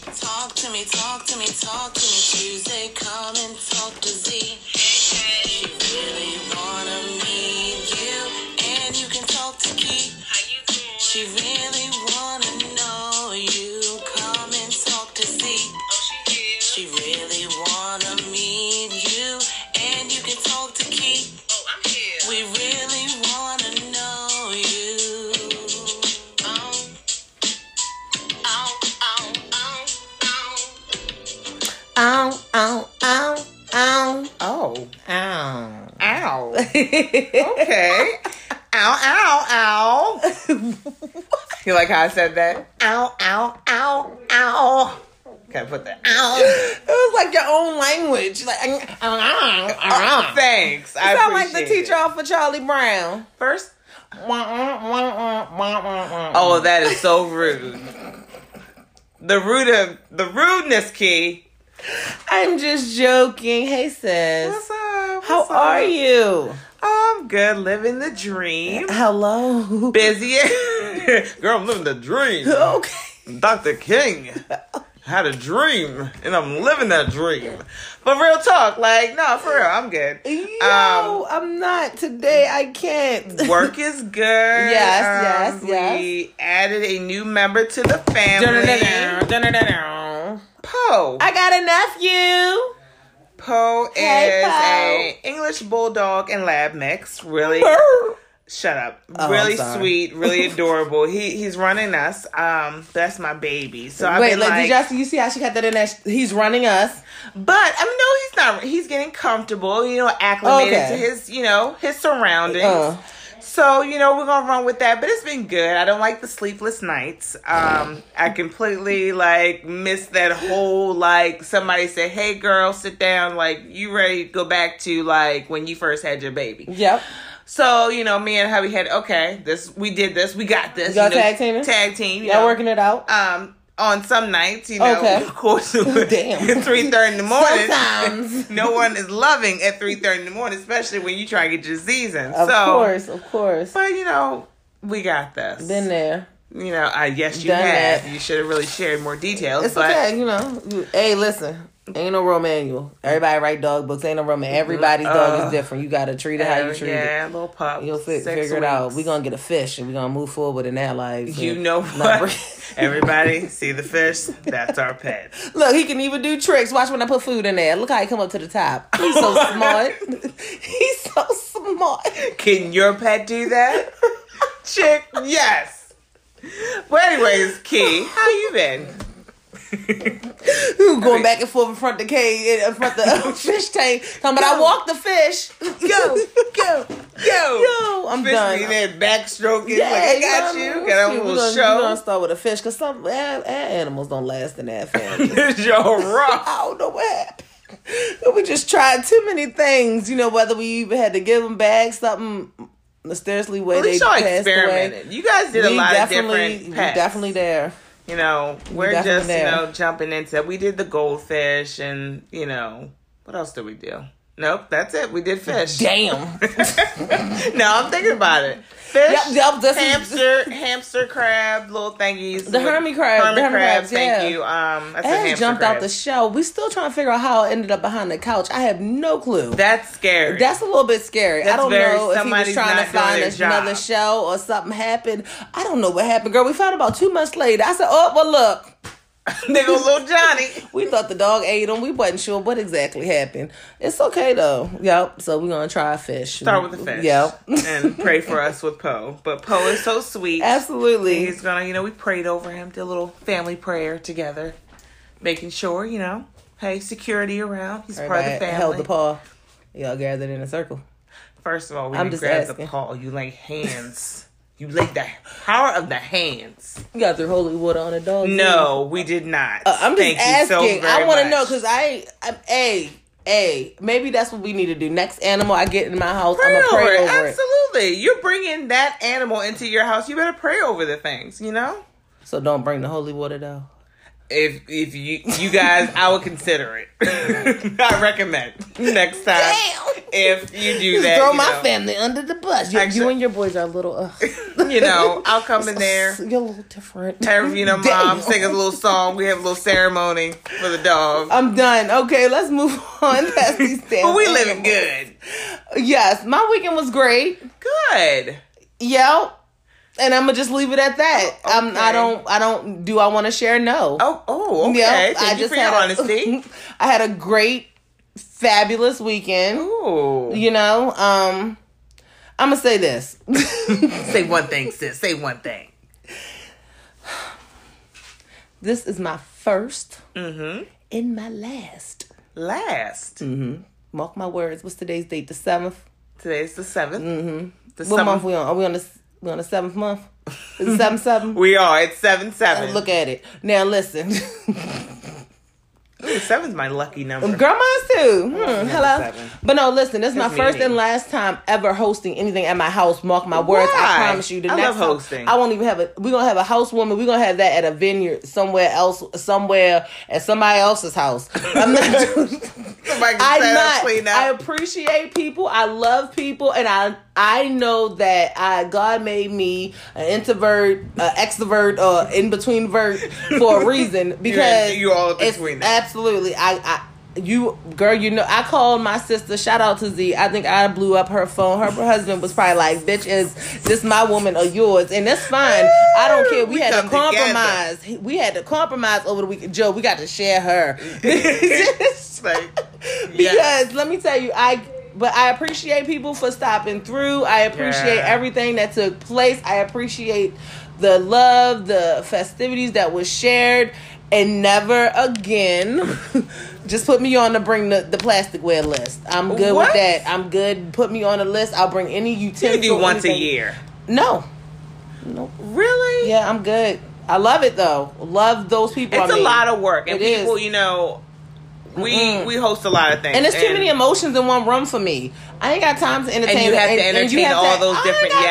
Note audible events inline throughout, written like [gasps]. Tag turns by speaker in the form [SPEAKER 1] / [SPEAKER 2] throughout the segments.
[SPEAKER 1] to me, talk to me, talk to me. Tuesday, come and talk to Z. She really wanna meet you, and you can talk to Keith. She really wanna know you. Come and talk to Z.
[SPEAKER 2] Oh,
[SPEAKER 1] She really wanna meet you, and you can talk to Keith.
[SPEAKER 2] Oh,
[SPEAKER 1] We really wanna know you. Oh, oh, oh, oh, oh.
[SPEAKER 3] Ow, ow, ow, ow. Oh, ow.
[SPEAKER 2] Ow. [laughs] Okay. ow, ow, ow. You like how I said that?
[SPEAKER 3] Ow, ow, ow, ow.
[SPEAKER 2] Okay, put that.
[SPEAKER 3] Ow. It was like your own language. Like, ow, ow,
[SPEAKER 2] Oh,
[SPEAKER 3] ow.
[SPEAKER 2] thanks. I
[SPEAKER 3] Sound like the
[SPEAKER 2] appreciate it.
[SPEAKER 3] teacher off of Charlie Brown.
[SPEAKER 2] First.
[SPEAKER 3] Oh,
[SPEAKER 2] Oh, that is so rude. The rude of the rudeness key.
[SPEAKER 3] I'm just joking. Hey, sis.
[SPEAKER 2] What's up?
[SPEAKER 3] How
[SPEAKER 2] What's up?
[SPEAKER 3] are you?
[SPEAKER 2] I'm good, living the dream.
[SPEAKER 3] Hello.
[SPEAKER 2] Busy. [laughs] Girl, I'm living the dream.
[SPEAKER 3] [laughs] Okay.
[SPEAKER 2] Dr. King had a dream, and I'm living that dream. But real talk, like, no, for real, I'm good. Um,
[SPEAKER 3] Yo, I'm not today. I can't.
[SPEAKER 2] Work is good. Um,
[SPEAKER 3] Yes, yes, yes.
[SPEAKER 2] We added a new member to the family.
[SPEAKER 3] I
[SPEAKER 2] Poe.
[SPEAKER 3] got a nephew.
[SPEAKER 2] Poe
[SPEAKER 3] Hey,
[SPEAKER 2] is
[SPEAKER 3] Poe.
[SPEAKER 2] a English bulldog and lab mix. Really, shut up.
[SPEAKER 3] Oh, I'm
[SPEAKER 2] really
[SPEAKER 3] sorry.
[SPEAKER 2] sweet, really adorable. he he's running us. Um, that's my baby. So I've
[SPEAKER 3] Wait,
[SPEAKER 2] been
[SPEAKER 3] like,
[SPEAKER 2] like,
[SPEAKER 3] did y'all see? You see how she got that in that? sh- He's running us.
[SPEAKER 2] But I mean, no, he's not. He's getting comfortable, you know, acclimated
[SPEAKER 3] Okay.
[SPEAKER 2] to his, you know, his surroundings.
[SPEAKER 3] Uh.
[SPEAKER 2] So you know, we're gonna run with that. But it's been good. I don't like the sleepless nights. Um, I completely like miss that whole like somebody said, "Hey, girl, sit down." Like you ready to go back to like when you first had your baby.
[SPEAKER 3] Yep.
[SPEAKER 2] So you know, me and hubby had okay. This we did this. We got this.
[SPEAKER 3] You got
[SPEAKER 2] you know,
[SPEAKER 3] tag teaming?
[SPEAKER 2] Tag team. You
[SPEAKER 3] Y'all
[SPEAKER 2] know.
[SPEAKER 3] working it out?
[SPEAKER 2] Um. On some nights, you know,
[SPEAKER 3] Okay.
[SPEAKER 2] of course, [laughs]
[SPEAKER 3] Damn.
[SPEAKER 2] three thirty in the morning [laughs]
[SPEAKER 3] Sometimes.
[SPEAKER 2] no one is loving at 3.30 in the morning, especially when you try to get your season.
[SPEAKER 3] Of
[SPEAKER 2] so,
[SPEAKER 3] course, of course.
[SPEAKER 2] But, you know, we got this.
[SPEAKER 3] Been there.
[SPEAKER 2] you know, I yes, you
[SPEAKER 3] Done
[SPEAKER 2] have.
[SPEAKER 3] that.
[SPEAKER 2] You should have really shared more details.
[SPEAKER 3] It's
[SPEAKER 2] but
[SPEAKER 3] okay, you know. You- Hey, listen. Ain't no rule manual. Everybody write dog books. Ain't no rule manual. Everybody's dog
[SPEAKER 2] Uh,
[SPEAKER 3] is different. You gotta treat it how you treat it.
[SPEAKER 2] yeah, little pup.
[SPEAKER 3] You'll fi-
[SPEAKER 2] six
[SPEAKER 3] figure it out.
[SPEAKER 2] weeks.
[SPEAKER 3] We're gonna get a fish and we're gonna move forward in that life.
[SPEAKER 2] You
[SPEAKER 3] And
[SPEAKER 2] know
[SPEAKER 3] not
[SPEAKER 2] what?
[SPEAKER 3] bring-
[SPEAKER 2] [laughs] Everybody, see the fish? That's our pet.
[SPEAKER 3] Look, he can even do tricks. Watch when I put food in there. Look how he come up to the top. He's so smart. [laughs] He's so smart.
[SPEAKER 2] Can your pet do
[SPEAKER 3] [laughs]
[SPEAKER 2] that? Chick, yes. Well, anyways, Key, how you been?
[SPEAKER 3] Going back and forth in front of the cage, in front of [laughs] the fish tank. Come, but I walked the fish. [laughs]
[SPEAKER 2] Go, go, go.
[SPEAKER 3] Yo, I'm
[SPEAKER 2] Fish
[SPEAKER 3] done.
[SPEAKER 2] me there backstroking.
[SPEAKER 3] Yeah,
[SPEAKER 2] like, I got
[SPEAKER 3] know,
[SPEAKER 2] you.
[SPEAKER 3] shit,
[SPEAKER 2] Got a little
[SPEAKER 3] we gonna,
[SPEAKER 2] [laughs]
[SPEAKER 3] We gonna
[SPEAKER 2] show.
[SPEAKER 3] start with a fish because some eh, eh, animals don't last in that family.
[SPEAKER 2] You're rough.
[SPEAKER 3] [laughs] I don't know what happened. We just tried too many things. You know, whether we even had to give them back something mysteriously way
[SPEAKER 2] At
[SPEAKER 3] they
[SPEAKER 2] least y'all
[SPEAKER 3] passed
[SPEAKER 2] experimented.
[SPEAKER 3] away.
[SPEAKER 2] You guys did a
[SPEAKER 3] we
[SPEAKER 2] lot of
[SPEAKER 3] definitely,
[SPEAKER 2] different
[SPEAKER 3] we
[SPEAKER 2] pets.
[SPEAKER 3] definitely there.
[SPEAKER 2] You know, we're
[SPEAKER 3] definitely
[SPEAKER 2] just,
[SPEAKER 3] there.
[SPEAKER 2] you know, jumping into We did the goldfish and, you know, what else did we do? Nope, that's it. We did fish.
[SPEAKER 3] Damn.
[SPEAKER 2] now I'm thinking about it. Fish,
[SPEAKER 3] Yep, yep, this is-
[SPEAKER 2] hamster, hamster crab, little thingies.
[SPEAKER 3] The hermit crab,
[SPEAKER 2] Hermit
[SPEAKER 3] the hermit
[SPEAKER 2] crab,
[SPEAKER 3] crabs,
[SPEAKER 2] thank
[SPEAKER 3] yeah.
[SPEAKER 2] you. Um, I said
[SPEAKER 3] Ed
[SPEAKER 2] hamster
[SPEAKER 3] jumped out
[SPEAKER 2] crab.
[SPEAKER 3] the shell. We still trying to figure out how it ended up behind the couch. I have no clue.
[SPEAKER 2] That's scary.
[SPEAKER 3] That's a little bit scary. I
[SPEAKER 2] That's
[SPEAKER 3] don't
[SPEAKER 2] very-
[SPEAKER 3] know if he was
[SPEAKER 2] somebody's
[SPEAKER 3] trying to
[SPEAKER 2] not doing
[SPEAKER 3] find
[SPEAKER 2] their
[SPEAKER 3] us another
[SPEAKER 2] job.
[SPEAKER 3] shell or something happened. I don't know what happened, girl. We found about two months later. I said, "Oh well, look,
[SPEAKER 2] they go [laughs] little Johnny.
[SPEAKER 3] We thought the dog ate him. We wasn't sure what exactly happened. It's okay though. Yep. So we're gonna try a fish.
[SPEAKER 2] Start with the fish.
[SPEAKER 3] Mm, Yep.
[SPEAKER 2] and pray for us with Poe. But Poe is so sweet.
[SPEAKER 3] [laughs] Absolutely.
[SPEAKER 2] He's gonna, you know, we prayed over him, did a little family prayer together, making sure, you know, hey, security around. He's part of the
[SPEAKER 3] Everybody
[SPEAKER 2] family.
[SPEAKER 3] Held the paw. Y'all gathered in a circle.
[SPEAKER 2] First of all, when
[SPEAKER 3] I'm
[SPEAKER 2] you
[SPEAKER 3] just
[SPEAKER 2] grab
[SPEAKER 3] asking.
[SPEAKER 2] the paw, you lay hands. you lay the power of the hands.
[SPEAKER 3] You got threw holy water on a dog.
[SPEAKER 2] No, we did not.
[SPEAKER 3] Uh, I'm just
[SPEAKER 2] Thank
[SPEAKER 3] asking.
[SPEAKER 2] You so very
[SPEAKER 3] I want to
[SPEAKER 2] much.
[SPEAKER 3] know because I, I'm a a. Maybe that's what we need to do. Next animal I get in my house,
[SPEAKER 2] Pray
[SPEAKER 3] I'm gonna
[SPEAKER 2] over
[SPEAKER 3] pray
[SPEAKER 2] it.
[SPEAKER 3] over it.
[SPEAKER 2] Absolutely. You're bringing that animal into your house. You better pray over the things, you know?
[SPEAKER 3] So don't bring the holy water though.
[SPEAKER 2] If if you you guys, I would consider it. [laughs] I recommend next time
[SPEAKER 3] Damn.
[SPEAKER 2] if Uh, you do
[SPEAKER 3] Just
[SPEAKER 2] that.
[SPEAKER 3] throw
[SPEAKER 2] you
[SPEAKER 3] my
[SPEAKER 2] know,
[SPEAKER 3] family under the bus. You,
[SPEAKER 2] Actually-
[SPEAKER 3] you and your boys are a little. Uh,
[SPEAKER 2] You [laughs] know, I'll come [laughs] in there.
[SPEAKER 3] You're a little different.
[SPEAKER 2] Have you know, mom
[SPEAKER 3] Damn.
[SPEAKER 2] sing us a little song. We have a little ceremony for the dog.
[SPEAKER 3] [laughs] I'm done. Okay, let's move [laughs] on
[SPEAKER 2] [laughs]
[SPEAKER 3] past these things.
[SPEAKER 2] but we living good.
[SPEAKER 3] Yes, my weekend was great.
[SPEAKER 2] Good.
[SPEAKER 3] Yep. And I'm gonna just leave it at that. I'm-
[SPEAKER 2] Oh,
[SPEAKER 3] I
[SPEAKER 2] Okay.
[SPEAKER 3] don't. I don't. Do I want to share? No.
[SPEAKER 2] Oh, oh, okay.
[SPEAKER 3] Yep,
[SPEAKER 2] Thank you for your [laughs] honesty.
[SPEAKER 3] [laughs] I had a great, fabulous weekend.
[SPEAKER 2] Ooh.
[SPEAKER 3] You know, um, I'm gonna say this. [laughs]
[SPEAKER 2] Say one thing, sis. Say one thing.
[SPEAKER 3] this is my 1st
[SPEAKER 2] Mm-hmm.
[SPEAKER 3] and my last.
[SPEAKER 2] Last.
[SPEAKER 3] Mm-hmm. Mark my words. What's today's date? The seventh.
[SPEAKER 2] Today's the 7th Mm-hmm. The
[SPEAKER 3] What month
[SPEAKER 2] seventh.
[SPEAKER 3] we on? Are we on the s- we on the seventh month? Is it seven
[SPEAKER 2] [laughs]
[SPEAKER 3] seven?
[SPEAKER 2] We are. It's seven seven.
[SPEAKER 3] Look at it. Now listen. [laughs]
[SPEAKER 2] Ooh, seven's my lucky number. [laughs]
[SPEAKER 3] Girl, mine's too. Hmm, hello.
[SPEAKER 2] seven.
[SPEAKER 3] But no, listen, this is my
[SPEAKER 2] That's
[SPEAKER 3] first
[SPEAKER 2] me.
[SPEAKER 3] and last time ever hosting anything at my house. Mark my words.
[SPEAKER 2] Why?
[SPEAKER 3] I promise you. The
[SPEAKER 2] I
[SPEAKER 3] next
[SPEAKER 2] love
[SPEAKER 3] time,
[SPEAKER 2] hosting.
[SPEAKER 3] I won't even have a we're gonna have a house woman. We're gonna have that at a vineyard somewhere else somewhere at somebody
[SPEAKER 2] [laughs]
[SPEAKER 3] else's house. I'm [laughs] not
[SPEAKER 2] Somebody can
[SPEAKER 3] I'm
[SPEAKER 2] set up,
[SPEAKER 3] not.
[SPEAKER 2] clean up.
[SPEAKER 3] I appreciate people. I love people, and I I know that I God made me an introvert, an extrovert, or in between vert for a reason because
[SPEAKER 2] [laughs] you all
[SPEAKER 3] it's-
[SPEAKER 2] between that.
[SPEAKER 3] Absolutely, I. I you girl, you know I called my sister. Shout out to Z. I think I blew up her phone. Her husband was probably like, "Bitch, is this my woman or yours?" And that's fine. I don't care. We,
[SPEAKER 2] We
[SPEAKER 3] had to
[SPEAKER 2] come together.
[SPEAKER 3] compromise. We had to compromise over the weekend. Joe, we got to share
[SPEAKER 2] [laughs]
[SPEAKER 3] her.
[SPEAKER 2] like, yeah.
[SPEAKER 3] because let me tell you, I but I appreciate people for stopping through. I appreciate
[SPEAKER 2] Yeah.
[SPEAKER 3] everything that took place. I appreciate the love, the festivities that was shared, and never again. [laughs] Just put me on to bring the, the plasticware list. I'm good
[SPEAKER 2] What?
[SPEAKER 3] with that. I'm good. Put me on the list. I'll bring any utensil.
[SPEAKER 2] you do once a
[SPEAKER 3] anything.
[SPEAKER 2] year.
[SPEAKER 3] No. Nope.
[SPEAKER 2] Really?
[SPEAKER 3] Yeah, I'm good. I love it though. Love those people.
[SPEAKER 2] It's
[SPEAKER 3] I
[SPEAKER 2] a
[SPEAKER 3] mean.
[SPEAKER 2] lot of work, and
[SPEAKER 3] It is.
[SPEAKER 2] people, you know, we
[SPEAKER 3] Mm-mm.
[SPEAKER 2] we host a lot of things,
[SPEAKER 3] And it's too many emotions in one room for me. I ain't got time to entertain.
[SPEAKER 2] you have to entertain all those
[SPEAKER 3] I ain't
[SPEAKER 2] different-
[SPEAKER 3] got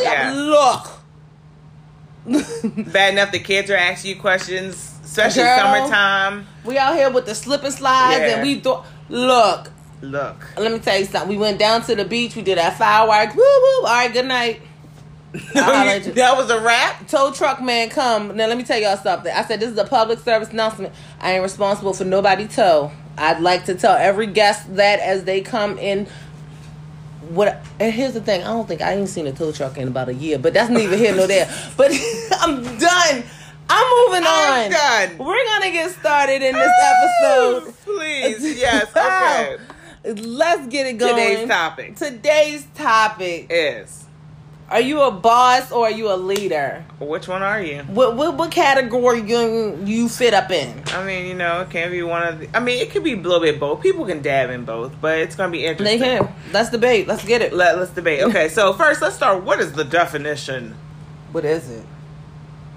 [SPEAKER 2] yes.
[SPEAKER 3] time to entertain all y'all. Look,
[SPEAKER 2] bad enough the kids are asking you questions, especially
[SPEAKER 3] Girl.
[SPEAKER 2] summertime.
[SPEAKER 3] we out here with the slip and slides,
[SPEAKER 2] Yeah.
[SPEAKER 3] and we thought, look.
[SPEAKER 2] Look,
[SPEAKER 3] Let me tell you something. We went down to the beach. We did our fireworks. Woo woo. All right. Good night. holler
[SPEAKER 2] [laughs]
[SPEAKER 3] at you.
[SPEAKER 2] that was a wrap.
[SPEAKER 3] Tow truck man, come. Now let me tell y'all something. I said this is a public service announcement. I ain't responsible for nobody tow. I'd like to tell every guest that as they come in. What and here's the thing, I don't think I ain't seen a tow truck in about a year, but that's neither here
[SPEAKER 2] [laughs]
[SPEAKER 3] nor there. But [laughs] I'm done. I'm moving on.
[SPEAKER 2] I'm done.
[SPEAKER 3] We're gonna get started in this
[SPEAKER 2] Oh,
[SPEAKER 3] episode.
[SPEAKER 2] please,
[SPEAKER 3] [laughs]
[SPEAKER 2] yes, okay.
[SPEAKER 3] Let's get it going.
[SPEAKER 2] Today's topic
[SPEAKER 3] Today's topic.
[SPEAKER 2] is
[SPEAKER 3] Are you a boss or are you a leader?
[SPEAKER 2] which one are you?
[SPEAKER 3] What what what category you you fit up in?
[SPEAKER 2] I mean, you know, it can be one of. The, I mean, it could be a little bit both. People can dab in both, but it's gonna be
[SPEAKER 3] They
[SPEAKER 2] interesting.
[SPEAKER 3] can. Let's debate. Let's get it.
[SPEAKER 2] Let, let's debate. Okay,
[SPEAKER 3] [laughs]
[SPEAKER 2] so first, let's start. What is the definition?
[SPEAKER 3] What is it?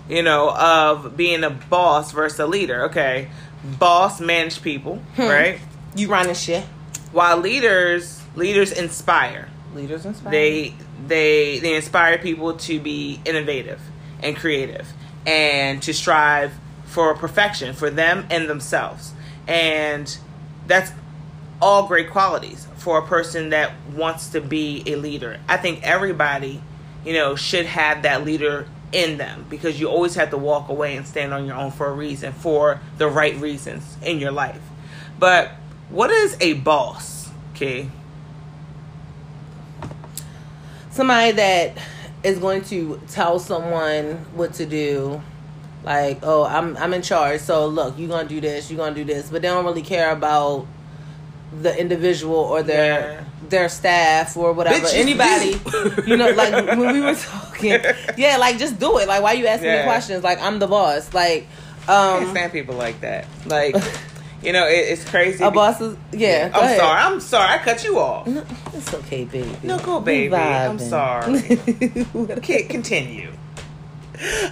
[SPEAKER 2] you know, of being a boss versus a leader. Okay, boss manage people,
[SPEAKER 3] Hmm.
[SPEAKER 2] right?
[SPEAKER 3] You running shit.
[SPEAKER 2] While leaders leaders inspire.
[SPEAKER 3] Leaders inspire.
[SPEAKER 2] They they they inspire people to be innovative and creative and to strive for perfection for them and themselves. And that's all great qualities for a person that wants to be a leader. I think everybody, you know, should have that leader in them because you always have to walk away and stand on your own for a reason, for the right reasons in your life. But what is a boss? Okay.
[SPEAKER 3] somebody that is going to tell someone what to do. Like, oh, I'm I'm in charge. So look, you're gonna do this. You're gonna do this. But they don't really care about the individual or their their staff or whatever.
[SPEAKER 2] Bitch,
[SPEAKER 3] Anybody,
[SPEAKER 2] you.
[SPEAKER 3] you know, [laughs] like when we were talking, yeah, like just do it. Like, why you asking
[SPEAKER 2] Yeah.
[SPEAKER 3] me questions? Like, I'm the boss. Like,
[SPEAKER 2] I
[SPEAKER 3] um,
[SPEAKER 2] can't stand people like that. Like, you know, it, it's crazy.
[SPEAKER 3] A boss is yeah.
[SPEAKER 2] I'm
[SPEAKER 3] go ahead.
[SPEAKER 2] sorry. I'm sorry. I cut you off. No,
[SPEAKER 3] It's okay, baby.
[SPEAKER 2] go,
[SPEAKER 3] We
[SPEAKER 2] baby. I'm
[SPEAKER 3] vibing.
[SPEAKER 2] sorry.
[SPEAKER 3] [laughs]
[SPEAKER 2] Okay, continue.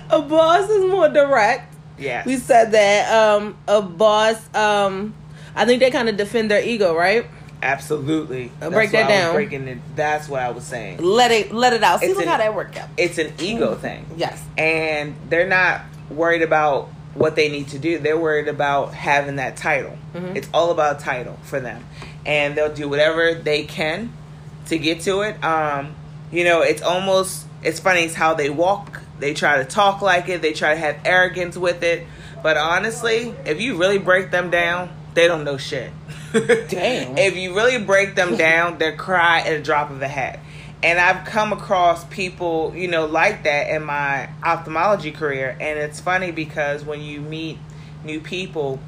[SPEAKER 3] a boss is more direct.
[SPEAKER 2] Yes.
[SPEAKER 3] We said that um a boss um I think they kind of defend their ego, right?
[SPEAKER 2] Absolutely.
[SPEAKER 3] Uh, break that
[SPEAKER 2] why I was
[SPEAKER 3] down.
[SPEAKER 2] breaking it. That's what I was saying.
[SPEAKER 3] Let it let it out. See
[SPEAKER 2] It's
[SPEAKER 3] look
[SPEAKER 2] an-
[SPEAKER 3] how that worked out.
[SPEAKER 2] It's an ego thing,
[SPEAKER 3] Yes.
[SPEAKER 2] and they're not worried about what they need to do. They're worried about having that title.
[SPEAKER 3] Mm-hmm.
[SPEAKER 2] It's all about title for them, and they'll do whatever they can to get to it. Um, you know, it's almost it's funny it's how they walk. They try to talk like it. They try to have arrogance with it. But honestly, if you really break them down, they don't know shit. [laughs]
[SPEAKER 3] Damn.
[SPEAKER 2] If you really break
[SPEAKER 3] [laughs]
[SPEAKER 2] them down, they cry at a drop of a hat. And I've come across people, you know, like that in my ophthalmology career. And it's funny because when you meet new people,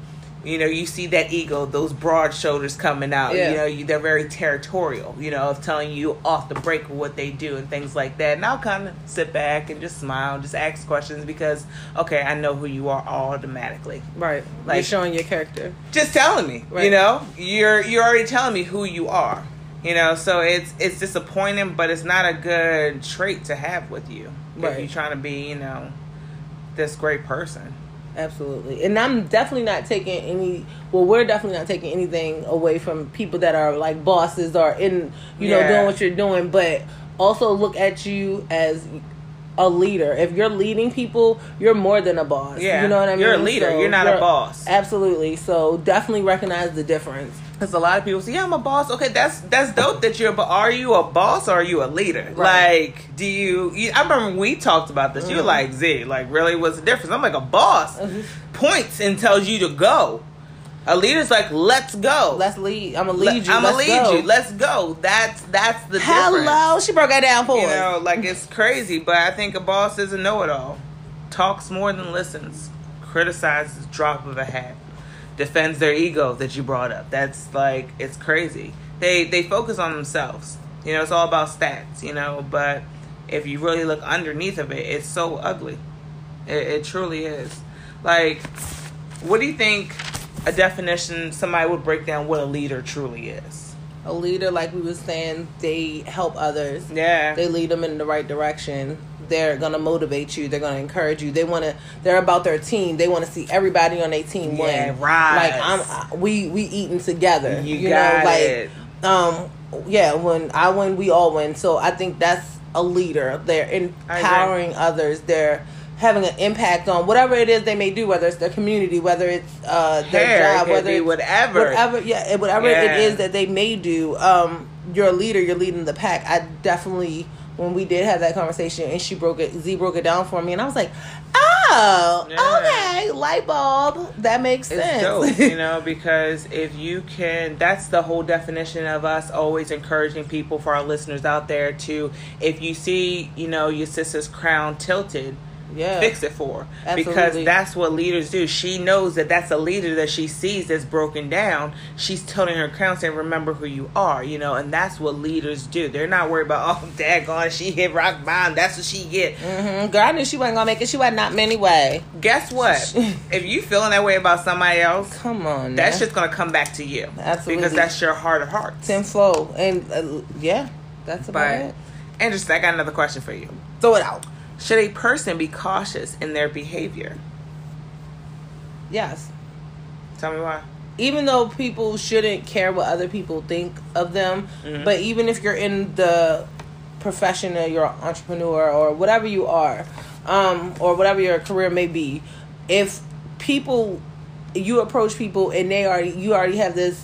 [SPEAKER 2] you know, you see that ego, those broad shoulders coming out.
[SPEAKER 3] Yeah.
[SPEAKER 2] You know, you, they're very territorial, you know, of telling you off the break of what they do and things like that. And I'll kind of sit back and just smile, just ask questions because, okay, I know who you are automatically
[SPEAKER 3] Right. You're
[SPEAKER 2] Like-
[SPEAKER 3] showing your character.
[SPEAKER 2] just telling me
[SPEAKER 3] Right.
[SPEAKER 2] you know you're you're already telling me who you are you know so it's it's disappointing but it's not a good trait to have with you
[SPEAKER 3] Right.
[SPEAKER 2] if you're trying to be you know this great person
[SPEAKER 3] Absolutely. And I'm definitely not taking any well, we're definitely not taking anything away from people that are like bosses or in you know,
[SPEAKER 2] Yeah.
[SPEAKER 3] doing what you're doing, but also look at you as a leader. If you're leading people, you're more than a boss.
[SPEAKER 2] Yeah.
[SPEAKER 3] You know what I mean?
[SPEAKER 2] You're a leader. You're not a boss.
[SPEAKER 3] Absolutely. So definitely recognize the difference.
[SPEAKER 2] because a lot of people say yeah i'm a boss okay that's that's dope that you're but are you a boss or are you a leader
[SPEAKER 3] Right. Mm.
[SPEAKER 2] like do you, you i remember when we talked about this you were like z like really what's the difference i'm like a boss
[SPEAKER 3] Mm-hmm.
[SPEAKER 2] points and tells you to go a leader's like let's go
[SPEAKER 3] Let's lead. I'm gonna lead you.
[SPEAKER 2] I'm gonna
[SPEAKER 3] Let's
[SPEAKER 2] lead
[SPEAKER 3] go.
[SPEAKER 2] you. Let's go. That's that's the difference.
[SPEAKER 3] Hello. She broke that down for
[SPEAKER 2] You
[SPEAKER 3] us.
[SPEAKER 2] know, like it's crazy, but I think a boss is a know-it-all. Talks more than listens. Criticizes drop of a hat. Defends their ego that you brought up. That's like it's crazy. They they focus on themselves. You know, it's all about stats. You know, but if you really look underneath of it, it's so ugly. It, it truly is. Like, what do you think a definition somebody would break down what a leader truly is?
[SPEAKER 3] A leader, like we were saying, they help others.
[SPEAKER 2] Yeah.
[SPEAKER 3] They lead them in the right direction. They're gonna motivate you. They're gonna encourage you. They wanna. They're about their team. They wanna see everybody on their team
[SPEAKER 2] Yeah,
[SPEAKER 3] win.
[SPEAKER 2] rise.
[SPEAKER 3] Like I'm. I, we we eating together.
[SPEAKER 2] You
[SPEAKER 3] You,
[SPEAKER 2] got
[SPEAKER 3] know, like
[SPEAKER 2] it.
[SPEAKER 3] um, yeah. When I win, we all win. So I think that's a leader. They're
[SPEAKER 2] I agree.
[SPEAKER 3] empowering others. They're having an impact on whatever it is they may do, whether it's their community, whether it's uh, their
[SPEAKER 2] Hair, it
[SPEAKER 3] job,
[SPEAKER 2] could
[SPEAKER 3] whether
[SPEAKER 2] be
[SPEAKER 3] it's
[SPEAKER 2] whatever.
[SPEAKER 3] whatever yeah and whatever
[SPEAKER 2] Yeah.
[SPEAKER 3] it is that they may do um you're a leader you're leading the pack i definitely when we did have that conversation and she broke it z broke it down for me and i was like oh
[SPEAKER 2] Yeah.
[SPEAKER 3] okay light bulb that makes sense
[SPEAKER 2] It's
[SPEAKER 3] [laughs]
[SPEAKER 2] dope, you know, because if you can, that's the whole definition of us always encouraging people for our listeners out there to, if you see, you know, your sister's crown tilted,
[SPEAKER 3] yeah
[SPEAKER 2] fix it for her.
[SPEAKER 3] Absolutely.
[SPEAKER 2] because that's what leaders do. She knows that that's a leader that she sees that's broken down. She's telling her crown saying, "Remember who you are," you know, and that's what leaders do. They're not worried about, [laughs] "Oh, daggone, she hit rock bottom. That's what she get."
[SPEAKER 3] Mhm. girl i knew she wasn't gonna make it she wasn't not many way
[SPEAKER 2] Guess
[SPEAKER 3] [laughs]
[SPEAKER 2] what? if you feeling that way about somebody else,
[SPEAKER 3] come on
[SPEAKER 2] That's
[SPEAKER 3] now.
[SPEAKER 2] just gonna come back to you.
[SPEAKER 3] Absolutely.
[SPEAKER 2] Because that's your heart of hearts.
[SPEAKER 3] tenfold and uh, yeah that's about
[SPEAKER 2] But
[SPEAKER 3] it
[SPEAKER 2] interesting, I got another question for you.
[SPEAKER 3] throw it out
[SPEAKER 2] Should a person be cautious in their behavior?
[SPEAKER 3] yes
[SPEAKER 2] Tell me why.
[SPEAKER 3] even though people shouldn't care what other people think of them, but even if you're in the profession or you're an entrepreneur or whatever you are, um, or whatever your career may be, if people you approach people and they already you already have this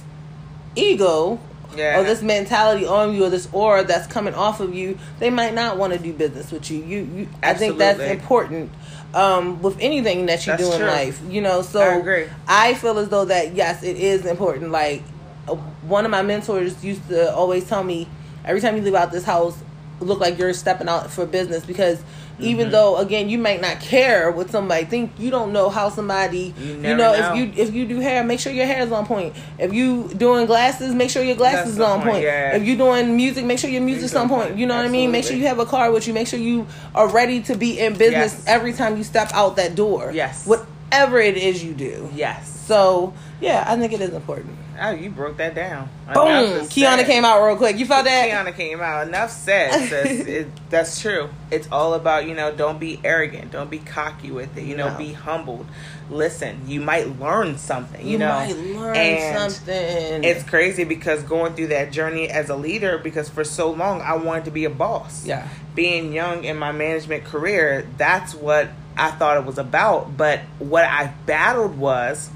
[SPEAKER 3] ego
[SPEAKER 2] Yeah.
[SPEAKER 3] or Oh, this mentality on you or this aura that's coming off of you, they might not want to do business with you. You, you I think that's
[SPEAKER 2] Absolutely.
[SPEAKER 3] important um, with anything that you
[SPEAKER 2] That's
[SPEAKER 3] do in
[SPEAKER 2] true.
[SPEAKER 3] life. You know, so
[SPEAKER 2] I agree.
[SPEAKER 3] I feel as though that yes, it is important. Like uh, one of my mentors used to always tell me, every time you leave out this house, look like you're stepping out for business because
[SPEAKER 2] Mm-hmm.
[SPEAKER 3] even though again you might not care what somebody think, you don't know how somebody
[SPEAKER 2] You
[SPEAKER 3] you,
[SPEAKER 2] never
[SPEAKER 3] know,
[SPEAKER 2] know.
[SPEAKER 3] if you if you do hair, make sure your hair is on point. If you doing glasses, make sure your glasses is
[SPEAKER 2] the
[SPEAKER 3] on
[SPEAKER 2] point,
[SPEAKER 3] point.
[SPEAKER 2] yeah.
[SPEAKER 3] If you doing music, make sure your music's
[SPEAKER 2] Music
[SPEAKER 3] on point. You know what I mean? Make sure
[SPEAKER 2] absolutely.
[SPEAKER 3] you have a car with you. Make sure you are ready to be in business
[SPEAKER 2] Yes.
[SPEAKER 3] every time you step out that door.
[SPEAKER 2] Yes.
[SPEAKER 3] Whatever it is you do.
[SPEAKER 2] Yes.
[SPEAKER 3] So yeah, I think it is important.
[SPEAKER 2] Oh, you broke that down.
[SPEAKER 3] Boom! Kiana came out real quick. You felt that?
[SPEAKER 2] Kiana came out. Enough
[SPEAKER 3] [laughs]
[SPEAKER 2] said. That's, it, that's true. It's all about you know. Don't be arrogant. Don't be cocky with it. You know.
[SPEAKER 3] No.
[SPEAKER 2] Be humbled. Listen. You might learn something. You,
[SPEAKER 3] You
[SPEAKER 2] know.
[SPEAKER 3] might learn
[SPEAKER 2] And
[SPEAKER 3] something.
[SPEAKER 2] It's crazy because going through that journey as a leader, because for so long I wanted to be a boss.
[SPEAKER 3] Yeah.
[SPEAKER 2] Being young in my management career, that's what I thought it was about. But what I battled was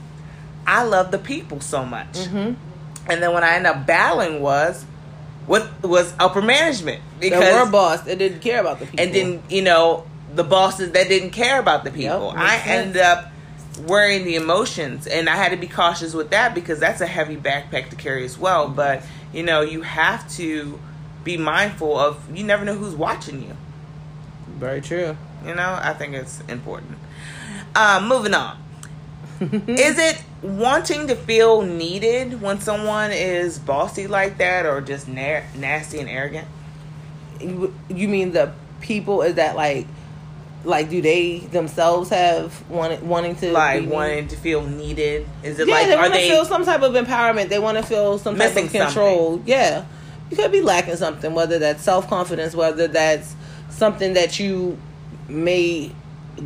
[SPEAKER 2] I love the people so much.
[SPEAKER 3] Mm-hmm.
[SPEAKER 2] And then when I ended up battling was what was upper management
[SPEAKER 3] Because they were
[SPEAKER 2] because
[SPEAKER 3] boss and didn't care about the people.
[SPEAKER 2] and then you know the bosses that didn't care about the people.
[SPEAKER 3] Yep, makes
[SPEAKER 2] I
[SPEAKER 3] sense.
[SPEAKER 2] ended up wearing the emotions, and I had to be cautious with that because that's a heavy backpack to carry as well.
[SPEAKER 3] Mm-hmm.
[SPEAKER 2] But you know, you have to be mindful of you never know who's watching you.
[SPEAKER 3] very true.
[SPEAKER 2] You know, I think it's important. Uh, moving on.
[SPEAKER 3] [laughs]
[SPEAKER 2] is it wanting to feel needed when someone is bossy like that or just na- nasty and arrogant?
[SPEAKER 3] You you mean the people? Is that like, like do they themselves have wanted wanting to
[SPEAKER 2] Like
[SPEAKER 3] be-
[SPEAKER 2] wanting to feel needed? Is it
[SPEAKER 3] Yeah,
[SPEAKER 2] like
[SPEAKER 3] they
[SPEAKER 2] are
[SPEAKER 3] want to
[SPEAKER 2] they
[SPEAKER 3] feel some type of empowerment. They want to feel some type
[SPEAKER 2] Missing
[SPEAKER 3] of control. Yeah, you could be lacking something, whether that's self confidence, whether that's something that you may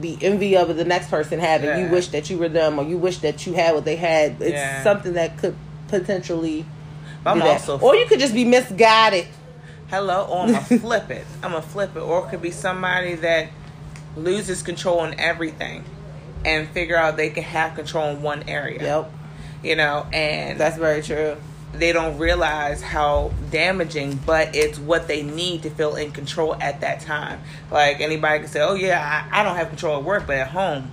[SPEAKER 3] be envy of the next person having.
[SPEAKER 2] Yeah.
[SPEAKER 3] You wish that you were them, or you wish that you had what they had. It's
[SPEAKER 2] Yeah.
[SPEAKER 3] something that could potentially.
[SPEAKER 2] I'm
[SPEAKER 3] do that.
[SPEAKER 2] also
[SPEAKER 3] or you could just be misguided.
[SPEAKER 2] hello or I'm
[SPEAKER 3] [laughs]
[SPEAKER 2] gonna flip it. I'm gonna flip it, or it could be somebody that loses control on everything and figure out they can have control in one area.
[SPEAKER 3] Yep,
[SPEAKER 2] You know, and
[SPEAKER 3] that's very true.
[SPEAKER 2] they don't realize how damaging, but it's what they need to feel in control at that time. Like anybody can say, "Oh yeah, I, I don't have control at work, but at home,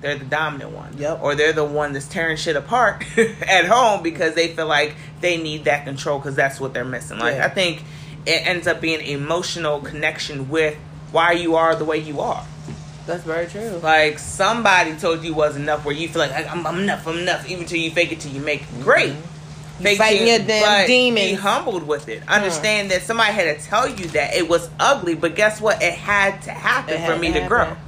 [SPEAKER 2] they're the dominant one."
[SPEAKER 3] Yep.
[SPEAKER 2] Or they're the one that's tearing shit apart [laughs] at home because they feel like they need that control because that's what they're missing. Like
[SPEAKER 3] Yeah.
[SPEAKER 2] I think it ends up being emotional connection with why you are the way you are.
[SPEAKER 3] That's very true.
[SPEAKER 2] Like somebody told you was enough, where you feel like I'm, I'm enough, I'm enough, even till you fake it till you make it. Great, fake
[SPEAKER 3] Mm-hmm. fighting
[SPEAKER 2] it,
[SPEAKER 3] your damn
[SPEAKER 2] but Be
[SPEAKER 3] demons.
[SPEAKER 2] humbled with it. Understand that somebody had to tell you that it was ugly, but guess what? It had to happen
[SPEAKER 3] It had
[SPEAKER 2] for me
[SPEAKER 3] to
[SPEAKER 2] to grow.
[SPEAKER 3] happen.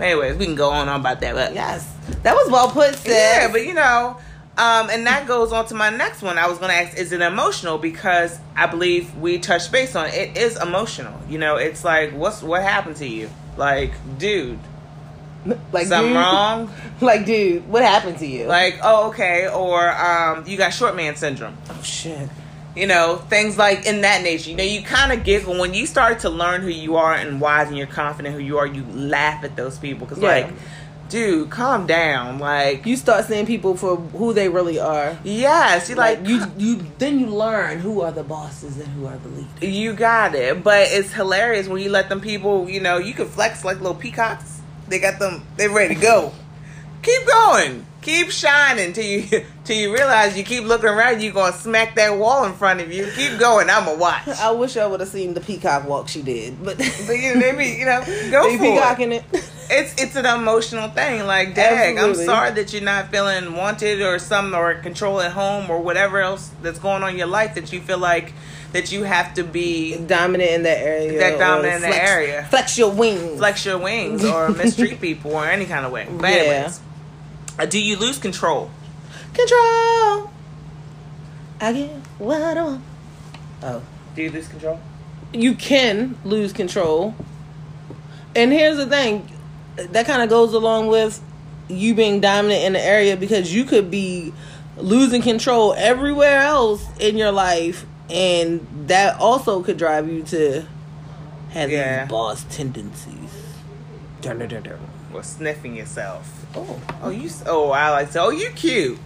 [SPEAKER 2] Anyways, we can go on, on about that, but
[SPEAKER 3] Yes, that was well put, sis.
[SPEAKER 2] yeah, but you know, um, and that goes on to my next one. I was going to ask, is it emotional? Because I believe we touched base on it. It is emotional. You know, it's like, what's what happened to you? Like, dude,
[SPEAKER 3] like
[SPEAKER 2] something
[SPEAKER 3] dude,
[SPEAKER 2] wrong?
[SPEAKER 3] [laughs] Like, dude, what happened to you?
[SPEAKER 2] like oh okay or um, you got short man syndrome
[SPEAKER 3] oh shit.
[SPEAKER 2] you know things like in that nature you know you kind of giggle when you start to learn who you are and why and you're confident who you are you laugh at those people because
[SPEAKER 3] Yeah.
[SPEAKER 2] like dude calm down like
[SPEAKER 3] you start seeing people for who they really are.
[SPEAKER 2] yes you like,
[SPEAKER 3] Like you, you then you learn who are the bosses and who are the leaders.
[SPEAKER 2] you you got it but it's hilarious when you let them people you know you can flex like little peacocks they got them they're ready to go keep going keep shining till you [laughs] till you realize you keep looking around you gonna smack that wall in front of you keep going i'ma
[SPEAKER 3] [laughs]
[SPEAKER 2] watch
[SPEAKER 3] I wish I would have seen the peacock walk she did, but [laughs]
[SPEAKER 2] But
[SPEAKER 3] they
[SPEAKER 2] you know, maybe you know, go for it.
[SPEAKER 3] peacocking it.
[SPEAKER 2] It's it's an emotional thing. Like, dang, I'm
[SPEAKER 3] Absolutely.
[SPEAKER 2] sorry that you're not feeling wanted or some or control at home or whatever else that's going on in your life that you feel like that you have to be
[SPEAKER 3] Dominant in that area.
[SPEAKER 2] That
[SPEAKER 3] or
[SPEAKER 2] dominant in that
[SPEAKER 3] flex-
[SPEAKER 2] area.
[SPEAKER 3] Flex your wings.
[SPEAKER 2] flex your wings
[SPEAKER 3] [laughs]
[SPEAKER 2] or mistreat people or any kind of way. But
[SPEAKER 3] Yeah.
[SPEAKER 2] anyways, uh, do you lose control?
[SPEAKER 3] control. I get what I want. Oh.
[SPEAKER 2] Do you lose control?
[SPEAKER 3] you can lose control. And here's the thing that kind of goes along with you being dominant in the area because you could be losing control everywhere else in your life, and that also could drive you to have
[SPEAKER 2] Yeah.
[SPEAKER 3] these boss tendencies. Dun, dun, dun, dun.
[SPEAKER 2] Or sniffing yourself?
[SPEAKER 3] Oh,
[SPEAKER 2] Oh, you. s- Oh, I like to. Oh, you cute.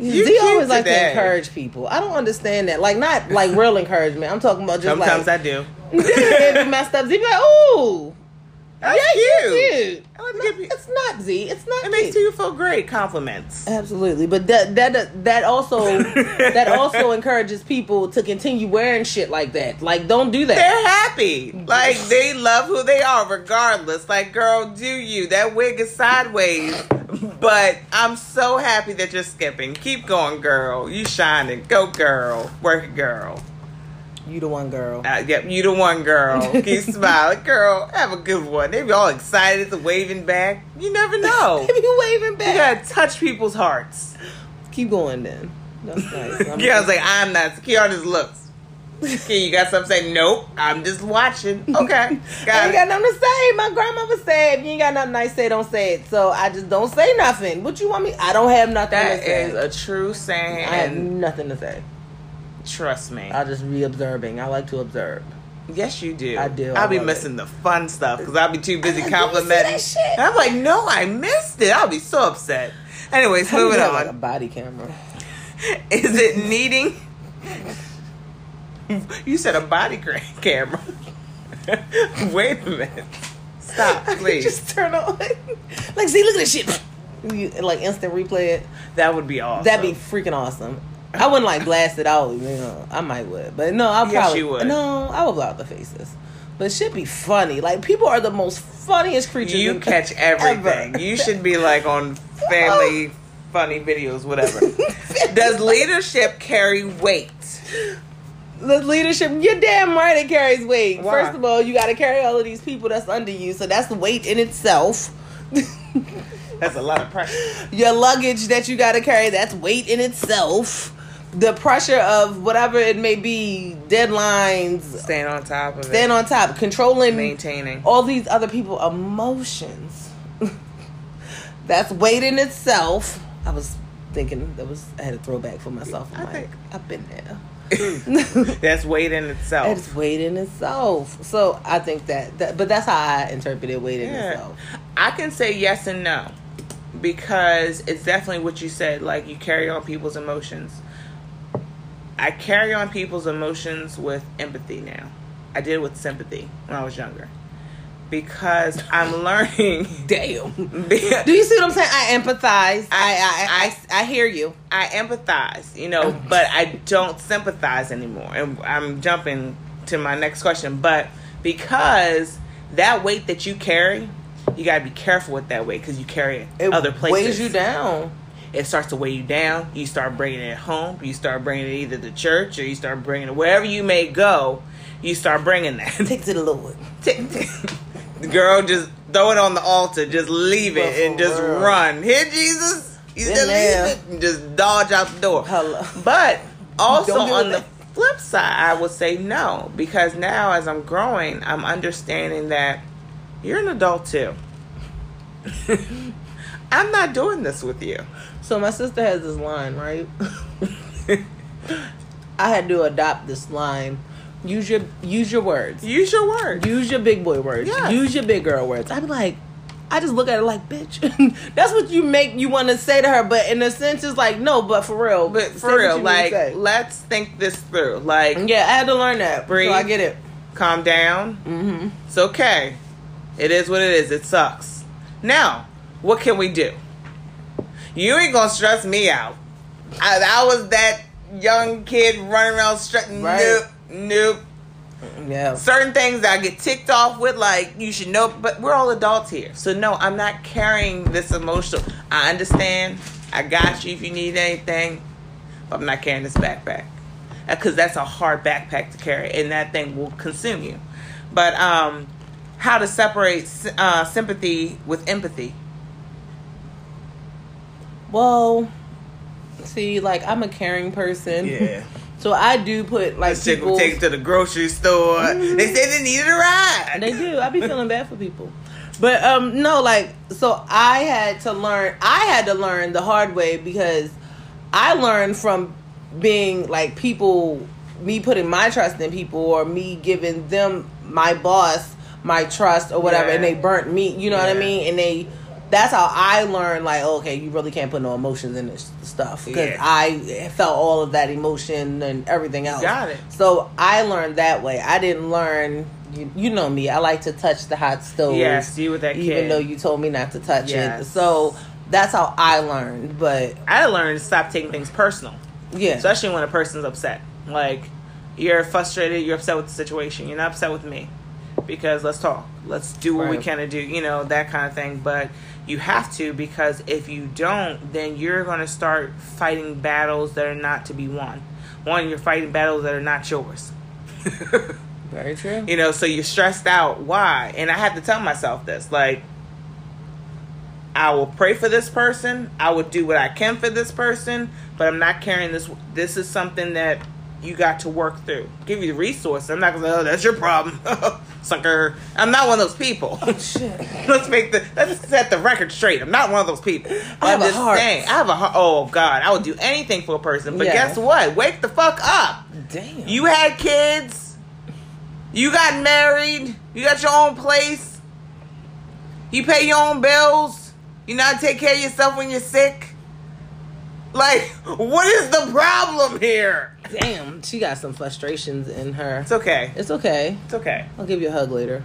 [SPEAKER 2] You
[SPEAKER 3] Z
[SPEAKER 2] cute
[SPEAKER 3] always like to
[SPEAKER 2] today.
[SPEAKER 3] encourage people. I don't understand that. Like not like real encouragement. I'm talking about just
[SPEAKER 2] Sometimes
[SPEAKER 3] [laughs] like
[SPEAKER 2] I do. [laughs]
[SPEAKER 3] it'd be messed up. Z be like, ooh,
[SPEAKER 2] That's
[SPEAKER 3] yeah,
[SPEAKER 2] cute.
[SPEAKER 3] you cute.
[SPEAKER 2] I like to give you-
[SPEAKER 3] It's not Z. It's not.
[SPEAKER 2] It makes
[SPEAKER 3] Z.
[SPEAKER 2] you feel great. Compliments.
[SPEAKER 3] absolutely, but that that that also that
[SPEAKER 2] [laughs]
[SPEAKER 3] also encourages people to continue wearing shit like that. Like, don't do that.
[SPEAKER 2] they're happy. Like
[SPEAKER 3] [laughs]
[SPEAKER 2] they love who they are, regardless. Like, girl, do you? That wig is sideways, but I'm so happy that you're skipping. Keep going, girl. You shining. Go, girl. Work, it, girl.
[SPEAKER 3] You the one girl.
[SPEAKER 2] Uh, yep, you the one, girl.
[SPEAKER 3] [laughs]
[SPEAKER 2] Keep smiling, girl. Have a good one. They be all excited, waving back. You never
[SPEAKER 3] [laughs]
[SPEAKER 2] know.
[SPEAKER 3] If you waving
[SPEAKER 2] You
[SPEAKER 3] back,
[SPEAKER 2] gotta touch people's hearts.
[SPEAKER 3] keep going then. That's nice.
[SPEAKER 2] [laughs]
[SPEAKER 3] I'm-
[SPEAKER 2] Yeah, I was like, I'm not secure on his looks. Okay, you got something to say? Nope, I'm just
[SPEAKER 3] [laughs]
[SPEAKER 2] watching. Okay,
[SPEAKER 3] I
[SPEAKER 2] got
[SPEAKER 3] ain't
[SPEAKER 2] it.
[SPEAKER 3] got nothing to say. My grandmother said, if you ain't got nothing nice to say, don't say it. So I just don't say nothing. What you want me? I don't have nothing
[SPEAKER 2] That
[SPEAKER 3] to say.
[SPEAKER 2] is a true saying,
[SPEAKER 3] I have
[SPEAKER 2] and
[SPEAKER 3] nothing to say.
[SPEAKER 2] trust me.
[SPEAKER 3] I'll just be observing. I like to observe.
[SPEAKER 2] Yes, you do.
[SPEAKER 3] I do. I
[SPEAKER 2] I'll be
[SPEAKER 3] love
[SPEAKER 2] missing the fun stuff because I'll be too busy
[SPEAKER 3] like, "Did [laughs] you see
[SPEAKER 2] complimenting.
[SPEAKER 3] that shit?"
[SPEAKER 2] And I'm like, no, I missed it. I'll be so upset. Anyways,
[SPEAKER 3] How do you
[SPEAKER 2] moving
[SPEAKER 3] have, like, a
[SPEAKER 2] on.
[SPEAKER 3] body camera.
[SPEAKER 2] Is it needing? you said a body cra- camera. Wait a minute. [laughs] Stop, please.
[SPEAKER 3] Just turn on. like, see, look at this shit. You, like instant replay it.
[SPEAKER 2] that would be awesome.
[SPEAKER 3] That'd be freaking awesome. I wouldn't like blast it out. You know, I might would, but no, I
[SPEAKER 2] Yes,
[SPEAKER 3] probably
[SPEAKER 2] you would.
[SPEAKER 3] No, I would blow out the faces. But it should be funny. Like people are the most funniest creatures.
[SPEAKER 2] You
[SPEAKER 3] in-
[SPEAKER 2] catch everything.
[SPEAKER 3] Ever. Oh.
[SPEAKER 2] You should be like on family funny videos,
[SPEAKER 3] [laughs]
[SPEAKER 2] whatever. Does leadership carry weight?
[SPEAKER 3] the leadership. You're damn right it carries weight.
[SPEAKER 2] Why?
[SPEAKER 3] First of all, you got to carry all of these people that's under you, so that's weight in itself.
[SPEAKER 2] That's a lot of pressure.
[SPEAKER 3] your luggage that you got to carry that's weight in itself the pressure of whatever it may be deadlines
[SPEAKER 2] Staying on top of
[SPEAKER 3] then
[SPEAKER 2] it,
[SPEAKER 3] on Oh. top controlling
[SPEAKER 2] maintaining.
[SPEAKER 3] all these other people emotions [laughs] that's weight in itself i was thinking that was i had a throwback for myself
[SPEAKER 2] I
[SPEAKER 3] I'm like
[SPEAKER 2] think- Mm.
[SPEAKER 3] i've been there [laughs]
[SPEAKER 2] That's weight in itself.
[SPEAKER 3] it's weight in itself so i think that, that but that's how i interpreted weight in
[SPEAKER 2] Yeah.
[SPEAKER 3] itself
[SPEAKER 2] I can say yes and no because it's definitely what you said. Like you carry on people's emotions. I carry on people's emotions with empathy now. I did it with sympathy when I was younger because I'm [laughs] learning.
[SPEAKER 3] damn
[SPEAKER 2] Be-
[SPEAKER 3] do you see what i'm saying i empathize i i i, I hear you
[SPEAKER 2] I empathize, you know, but I don't sympathize anymore. And I'm jumping to my next question, but because that weight that you carry, you gotta be careful with that weight because you carry it,
[SPEAKER 3] it
[SPEAKER 2] other places.
[SPEAKER 3] weighs you down
[SPEAKER 2] It starts to weigh you down. You start bringing it home. You start bringing it either to church or you start bringing it wherever you may go. You start bringing that.
[SPEAKER 3] Take to the Lord.
[SPEAKER 2] the girl just throw it on the altar. Just leave
[SPEAKER 3] But
[SPEAKER 2] it
[SPEAKER 3] for
[SPEAKER 2] and just
[SPEAKER 3] real.
[SPEAKER 2] run. Here, Jesus. You
[SPEAKER 3] Been
[SPEAKER 2] just
[SPEAKER 3] there.
[SPEAKER 2] leave it and just dodge out the door.
[SPEAKER 3] Hello.
[SPEAKER 2] But also
[SPEAKER 3] Don't do
[SPEAKER 2] on
[SPEAKER 3] it.
[SPEAKER 2] the flip side, I would say no because now as I'm growing, I'm understanding that you're an adult
[SPEAKER 3] [laughs]
[SPEAKER 2] too. I'm not doing this with you.
[SPEAKER 3] So my sister has this line, right? [laughs] I had to adopt this line. Use your use your words.
[SPEAKER 2] Use your words.
[SPEAKER 3] Use your big boy words.
[SPEAKER 2] Yes.
[SPEAKER 3] Use your big girl words. I'd be like, I just look at it like, bitch. [laughs] That's what you make you want to say to her, but in a sense, it's like, no, but for real,
[SPEAKER 2] but
[SPEAKER 3] Say
[SPEAKER 2] for
[SPEAKER 3] what you
[SPEAKER 2] real,
[SPEAKER 3] need to
[SPEAKER 2] like
[SPEAKER 3] say.
[SPEAKER 2] let's think this through. Like
[SPEAKER 3] yeah, I had to learn that.
[SPEAKER 2] Breathe.
[SPEAKER 3] So I get it.
[SPEAKER 2] calm down. Mm-hmm. It's okay. It is what it is. It sucks. Now, what can we do? You ain't gonna stress me out. I, I was that young kid running around strutting.
[SPEAKER 3] Right.
[SPEAKER 2] Nope, nope.
[SPEAKER 3] Yeah,
[SPEAKER 2] Certain things I get ticked off with, like you should know. But we're all adults here, so no, I'm not carrying this emotional. I understand. I got you if you need anything. But I'm not carrying this backpack because that's a hard backpack to carry, and that thing will consume you. But um, how to separate uh, sympathy with empathy?
[SPEAKER 3] well, see, like I'm a caring person, so I do put like
[SPEAKER 2] this chick will [laughs]
[SPEAKER 3] people.
[SPEAKER 2] take to the grocery store. They say they needed a ride.
[SPEAKER 3] They do. I be feeling bad for people. But um no, like so I had to learn I had to learn the hard way because I learned from being like people me putting my trust in people or me giving them my boss my trust or whatever
[SPEAKER 2] Yeah.
[SPEAKER 3] and they burnt me, you know what I
[SPEAKER 2] Yeah.
[SPEAKER 3] mean? And they that's how I learned like okay, you really can't put no emotions in this stuff cuz
[SPEAKER 2] Yeah.
[SPEAKER 3] I felt all of that emotion and everything else.
[SPEAKER 2] got it.
[SPEAKER 3] So I learned that way. I didn't learn. You, you know me. I like to touch the hot stove.
[SPEAKER 2] Yes, you with that kid.
[SPEAKER 3] Even though you told me not to touch it.
[SPEAKER 2] Yes.
[SPEAKER 3] So that's how I learned. But
[SPEAKER 2] I learned to stop taking things personal,
[SPEAKER 3] yeah,
[SPEAKER 2] especially when a person's upset. Like, you're frustrated, you're upset with the situation, you're not upset with me. Because let's talk, let's do what we
[SPEAKER 3] Right.
[SPEAKER 2] can to do, you know, that kind of thing. But you have to, because if you don't, then you're going to start fighting battles that are not to be won. One, you're fighting battles that are not yours.
[SPEAKER 3] [laughs] very true.
[SPEAKER 2] You know, so you're stressed out. Why? And I have to tell myself this like, I will pray for this person. I will do what I can for this person, but I'm not carrying this. This is something that you got to work through. Give you the resource. I'm not gonna. say, Oh, that's your problem, [laughs] sucker. I'm not one of those people.
[SPEAKER 3] Oh, Shit.
[SPEAKER 2] [laughs] let's make the. Let's set the record straight. I'm not one of those people.
[SPEAKER 3] I
[SPEAKER 2] I'm
[SPEAKER 3] have a heart.
[SPEAKER 2] saying, I have a heart. Oh God, I would do anything for a person. But
[SPEAKER 3] Yeah.
[SPEAKER 2] guess what? Wake the fuck up.
[SPEAKER 3] Damn.
[SPEAKER 2] You had kids. You got married. You got your own place. You pay your own bills. You know how to take care of yourself when you're sick. Like, [laughs] what is the problem here?
[SPEAKER 3] Damn, she got some frustrations in her.
[SPEAKER 2] It's okay.
[SPEAKER 3] It's okay.
[SPEAKER 2] It's okay.
[SPEAKER 3] I'll give you a hug later.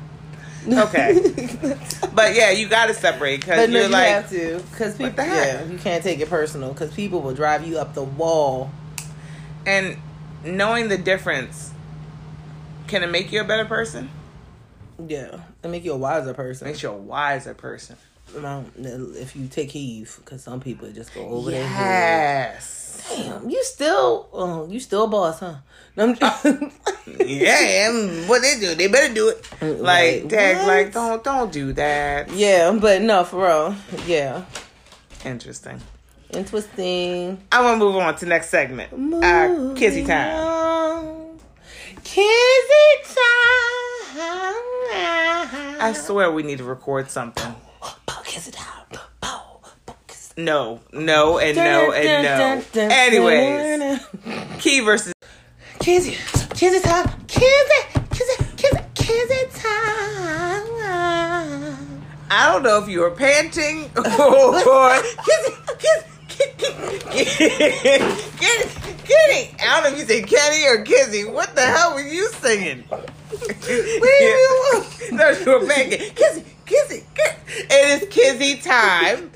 [SPEAKER 2] Okay.
[SPEAKER 3] [laughs]
[SPEAKER 2] But yeah, you gotta separate because
[SPEAKER 3] But no,
[SPEAKER 2] you're
[SPEAKER 3] you
[SPEAKER 2] like,
[SPEAKER 3] have to, because people.
[SPEAKER 2] the heck?
[SPEAKER 3] Yeah, you can't take it personal, because people will drive you up the wall.
[SPEAKER 2] and knowing the difference, can it make you a better person?
[SPEAKER 3] Yeah, they make you a wiser person.
[SPEAKER 2] Makes you a wiser person.
[SPEAKER 3] No, If you take heave, because some people just go over their head.
[SPEAKER 2] Yes.
[SPEAKER 3] Damn, you still, oh, you still boss, huh? No, I'm just-
[SPEAKER 2] [laughs] yeah, and what they do, they better do it. Like,
[SPEAKER 3] Mm, Like,
[SPEAKER 2] tag,
[SPEAKER 3] what?
[SPEAKER 2] like, don't, don't do that.
[SPEAKER 3] yeah, but no, for real. Yeah,
[SPEAKER 2] Interesting.
[SPEAKER 3] interesting.
[SPEAKER 2] I'm gonna move on to next segment. Uh, Kizzy time.
[SPEAKER 3] time. Kizzy time.
[SPEAKER 2] I swear we need to record something.
[SPEAKER 3] Kizzy time. Pow, pow, kizzy-
[SPEAKER 2] No, no, and no, and no. Anyways, Key versus
[SPEAKER 3] Kizzy, Kizzy time. Kizzy, Kizzy, Kizzy, Kizzy time.
[SPEAKER 2] I don't know if you were panting [laughs] or
[SPEAKER 3] [laughs]
[SPEAKER 2] Kizzy, Kizzy, [laughs] Kitty, Kitty. I don't know if you said Kitty or Kizzy. What the hell were you [laughs] singing? Leave me alone. No, you were panting. Kizzy, Kizzy, Kizzy. It is Kizzy time.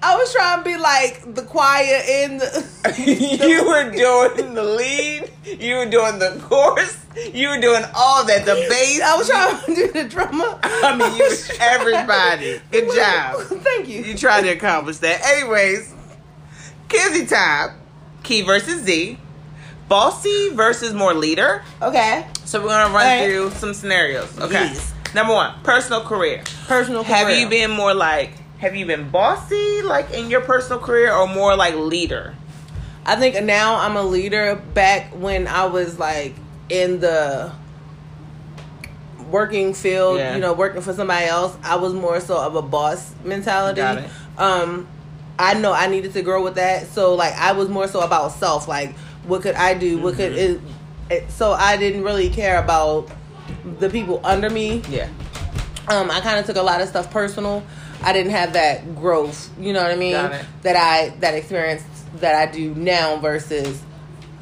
[SPEAKER 3] I was trying to be
[SPEAKER 2] [laughs]
[SPEAKER 3] like the choir in the. [laughs]
[SPEAKER 2] you were doing the lead, you were doing the chorus, you were doing all that, the bass.
[SPEAKER 3] I was trying to do the drummer.
[SPEAKER 2] [laughs] I mean, you was everybody. Good job.
[SPEAKER 3] [laughs] Thank you.
[SPEAKER 2] You tried to accomplish that. Anyways, Kizzy time. Key versus Z. Bossy versus more leader.
[SPEAKER 3] Okay.
[SPEAKER 2] So we're gonna run
[SPEAKER 3] Alright.
[SPEAKER 2] through some scenarios. Okay.
[SPEAKER 3] Yes.
[SPEAKER 2] Number one, personal career.
[SPEAKER 3] Personal.
[SPEAKER 2] Have
[SPEAKER 3] career.
[SPEAKER 2] you been more like have you been bossy like in your personal career or more like leader?
[SPEAKER 3] I think now I'm a leader. Back when I was like in the working field,
[SPEAKER 2] Yeah.
[SPEAKER 3] you know, working for somebody else, I was more so of a boss mentality.
[SPEAKER 2] Got it.
[SPEAKER 3] Um, I know I needed to grow with that, so like I was more so about self. Like, what could I do? What could
[SPEAKER 2] Mm-hmm.
[SPEAKER 3] it, it? So I didn't really care about the people under me
[SPEAKER 2] Yeah.
[SPEAKER 3] um, I kind of took a lot of stuff personal. I didn't have that growth, you know what I mean?
[SPEAKER 2] Got it.
[SPEAKER 3] That I that experience that I do now versus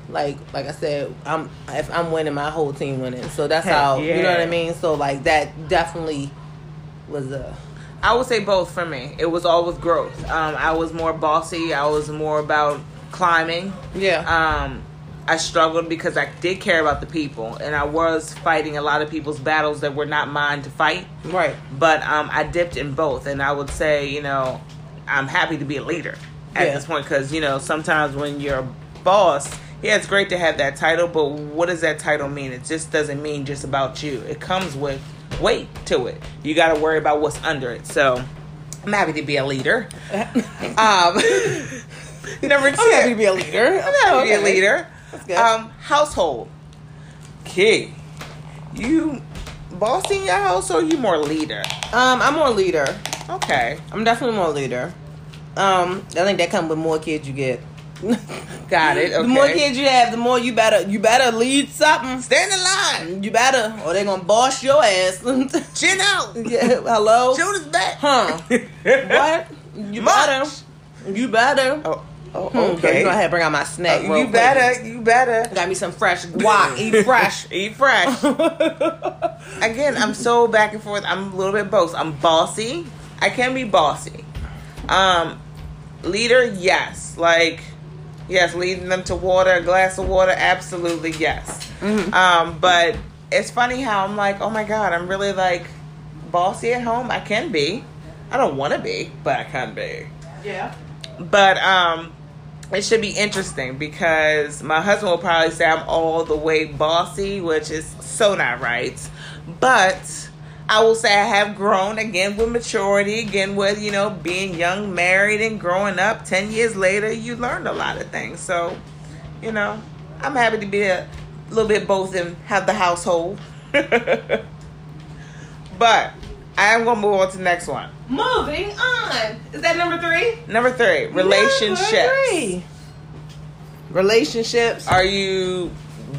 [SPEAKER 3] like like I said, I'm if I'm winning, my whole team winning. So that's
[SPEAKER 2] Heck
[SPEAKER 3] how you know what
[SPEAKER 2] yeah.
[SPEAKER 3] I mean. So like that definitely was a
[SPEAKER 2] I would say both for me. It was all with growth. Um, I was more bossy. I was more about climbing.
[SPEAKER 3] yeah
[SPEAKER 2] Um, I struggled because I did care about the people, and I was fighting a lot of people's battles that were not mine to fight.
[SPEAKER 3] right
[SPEAKER 2] But um, I dipped in both, and I would say, you know, I'm happy to be a leader at
[SPEAKER 3] Yeah.
[SPEAKER 2] this point because you know sometimes when you're a boss. Yeah, it's great to have that title, but what does that title mean? It just doesn't mean just about you. It comes with weight to it. You got to worry about what's under it. So, I'm happy to be a leader. Um, [laughs] number 2
[SPEAKER 3] I'm happy to [laughs] be a leader.
[SPEAKER 2] I'm happy to be a
[SPEAKER 3] Okay.
[SPEAKER 2] leader.
[SPEAKER 3] good.
[SPEAKER 2] Um, household. Kid, you bossing your house or you more leader?
[SPEAKER 3] um I'm more leader.
[SPEAKER 2] Okay,
[SPEAKER 3] I'm definitely more leader. Um, I think that comes with more kids you get. [laughs]
[SPEAKER 2] got it. Okay.
[SPEAKER 3] The more kids you have, the more you better you better lead something.
[SPEAKER 2] Stand in line.
[SPEAKER 3] You better, or they gonna boss your ass. [laughs]
[SPEAKER 2] Chin out.
[SPEAKER 3] yeah, hello?
[SPEAKER 2] Shoot his back. [laughs]
[SPEAKER 3] Huh. What? You better. You better.
[SPEAKER 2] Oh, oh
[SPEAKER 3] Hmm, girl,
[SPEAKER 2] okay.
[SPEAKER 3] Oh, You know I had to bring out my snack. real
[SPEAKER 2] you
[SPEAKER 3] quick.
[SPEAKER 2] better. You better.
[SPEAKER 3] Got me some [laughs] fresh guac. Eat fresh.
[SPEAKER 2] [laughs] Eat fresh. Again, I'm so back and forth. I'm a little bit both. I'm bossy. I can be bossy. Um, leader, yes. Like, yes, leading them to water, a glass of water, absolutely yes. Um, but it's funny how I'm like, oh my god, I'm really like bossy at home. I can be. I don't want to be, but I can be.
[SPEAKER 3] yeah.
[SPEAKER 2] But um it should be interesting because my husband will probably say I'm all the way bossy, which is so not right. But I will say I have grown again with maturity, again with, you know, being young, married, and growing up. 10 years later, you learned a lot of things. So, you know, I'm happy to be a little bit both and have the household. [laughs] but I am going to move on to the next one.
[SPEAKER 3] Moving on. Is that number three?
[SPEAKER 2] Number three, relationships.
[SPEAKER 3] Number three. Relationships.
[SPEAKER 2] Are you